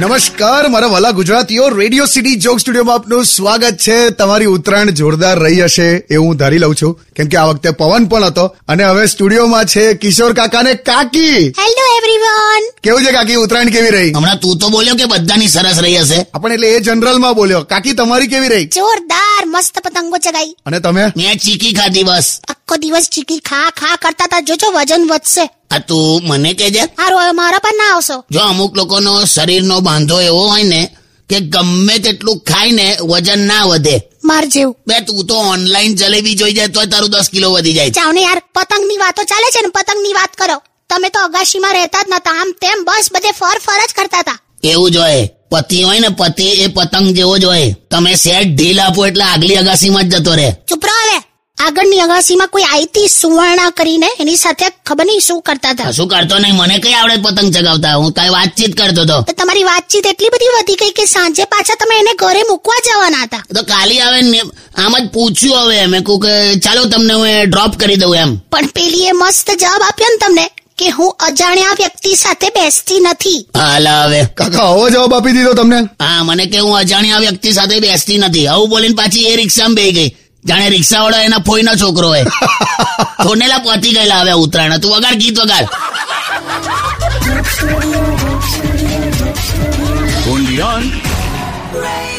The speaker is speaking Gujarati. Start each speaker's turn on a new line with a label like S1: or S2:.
S1: નમસ્કાર મારા વાલા ગુજરાતીઓ રેડિયો સિટી જોક સ્ટુડિયોમાં આપનું સ્વાગત છે તમારી ઉત્તરાયણ જોરદાર રહી હશે એવું હું ધારી લઉં છું કેમ કે આ વખતે પવન પણ હતો અને હવે સ્ટુડિયોમાં છે કિશોર કાકાને કાકી
S2: હેલો એવરીવન
S1: કેવું છે કાકી ઉત્તરાયણ કેવી રહી
S3: હમણાં તું તો બોલ્યો કે બધાની સરસ રહી હશે
S1: આપણે એટલે એ જનરલમાં બોલ્યો કાકી તમારી કેવી રહી
S2: જોરદાર મસ્ત પતંગો ચગાઈ
S1: અને તમે
S3: મેં ચીકી ખાધી બસ
S2: આખો દિવસ ચીકી ખા ખા કરતા તા જોજો વજન વધશે
S3: આ તું મને કહેજે
S2: હારું હવે મારા પર ના આવશો
S3: જો અમુક લોકોનો શરીરનો બાંધો એવો હોય ને કે ગમે તેટલું ખાઈને વજન ના વધે
S2: માર જેવું
S3: બે તું તો ઓનલાઈન જલેબી જોઈ જાય તોય તારું દસ કિલો વધી જાય છે
S2: જાઓ ને યાર પતંગની વાતો ચાલે છે ને પતંગની વાત કરો તમે તો અગાશીમાં રહેતા જ નતા આમ તેમ બસ બધે ફર ફર જ કરતા હતા
S3: એવું જ હોય પતિ હોય ને પતિ એ પતંગ જેવો જ હોય તમે સેટ ઢીલ આપો એટલે આગલી અગાસીમાં જ જતો રહે
S2: ચૂપ રહો હવે આગળની અગાશીમાં કોઈ આઈતી સુવર્ણા કરીને એની સાથે ખબર નહીં શું કરતા હતા
S3: કશું કરતો નહીં મને કઈ આવડે પતંગ ચગાવતા હું કઈ વાતચીત કરતો હતો
S2: તો તમારી વાતચીત એટલી બધી વધી ગઈ કે સાંજે પાછા તમે એને ઘરે મૂકવા જવાના હતા
S3: તો કાલી આવે ને આમ જ પૂછ્યું હવે મેં કહું કે ચાલો તમને હું એ ડ્રોપ કરી દઉં એમ
S2: પણ પેલીએ મસ્ત જવાબ આપ્યો ને તમને કે હું અજાણ્યા વ્યક્તિ સાથે બેસતી નથી
S3: હાલ હવે
S1: કાકા આવો જવાબ આપી દીધો તમને
S3: હા મને કે હું અજાણ્યા વ્યક્તિ સાથે બેસતી નથી આવું બોલીને પાછી એ રિક્ષામાં બેહી ગઈ જાણે રિક્ષાવાળો એના ફોઈનો છોકરો હોય થોનેલા પહોંચી ગયેલા હવે ઉત્તરાયણ તું વગાડ ગીત વગાડ
S4: Only on
S5: Radio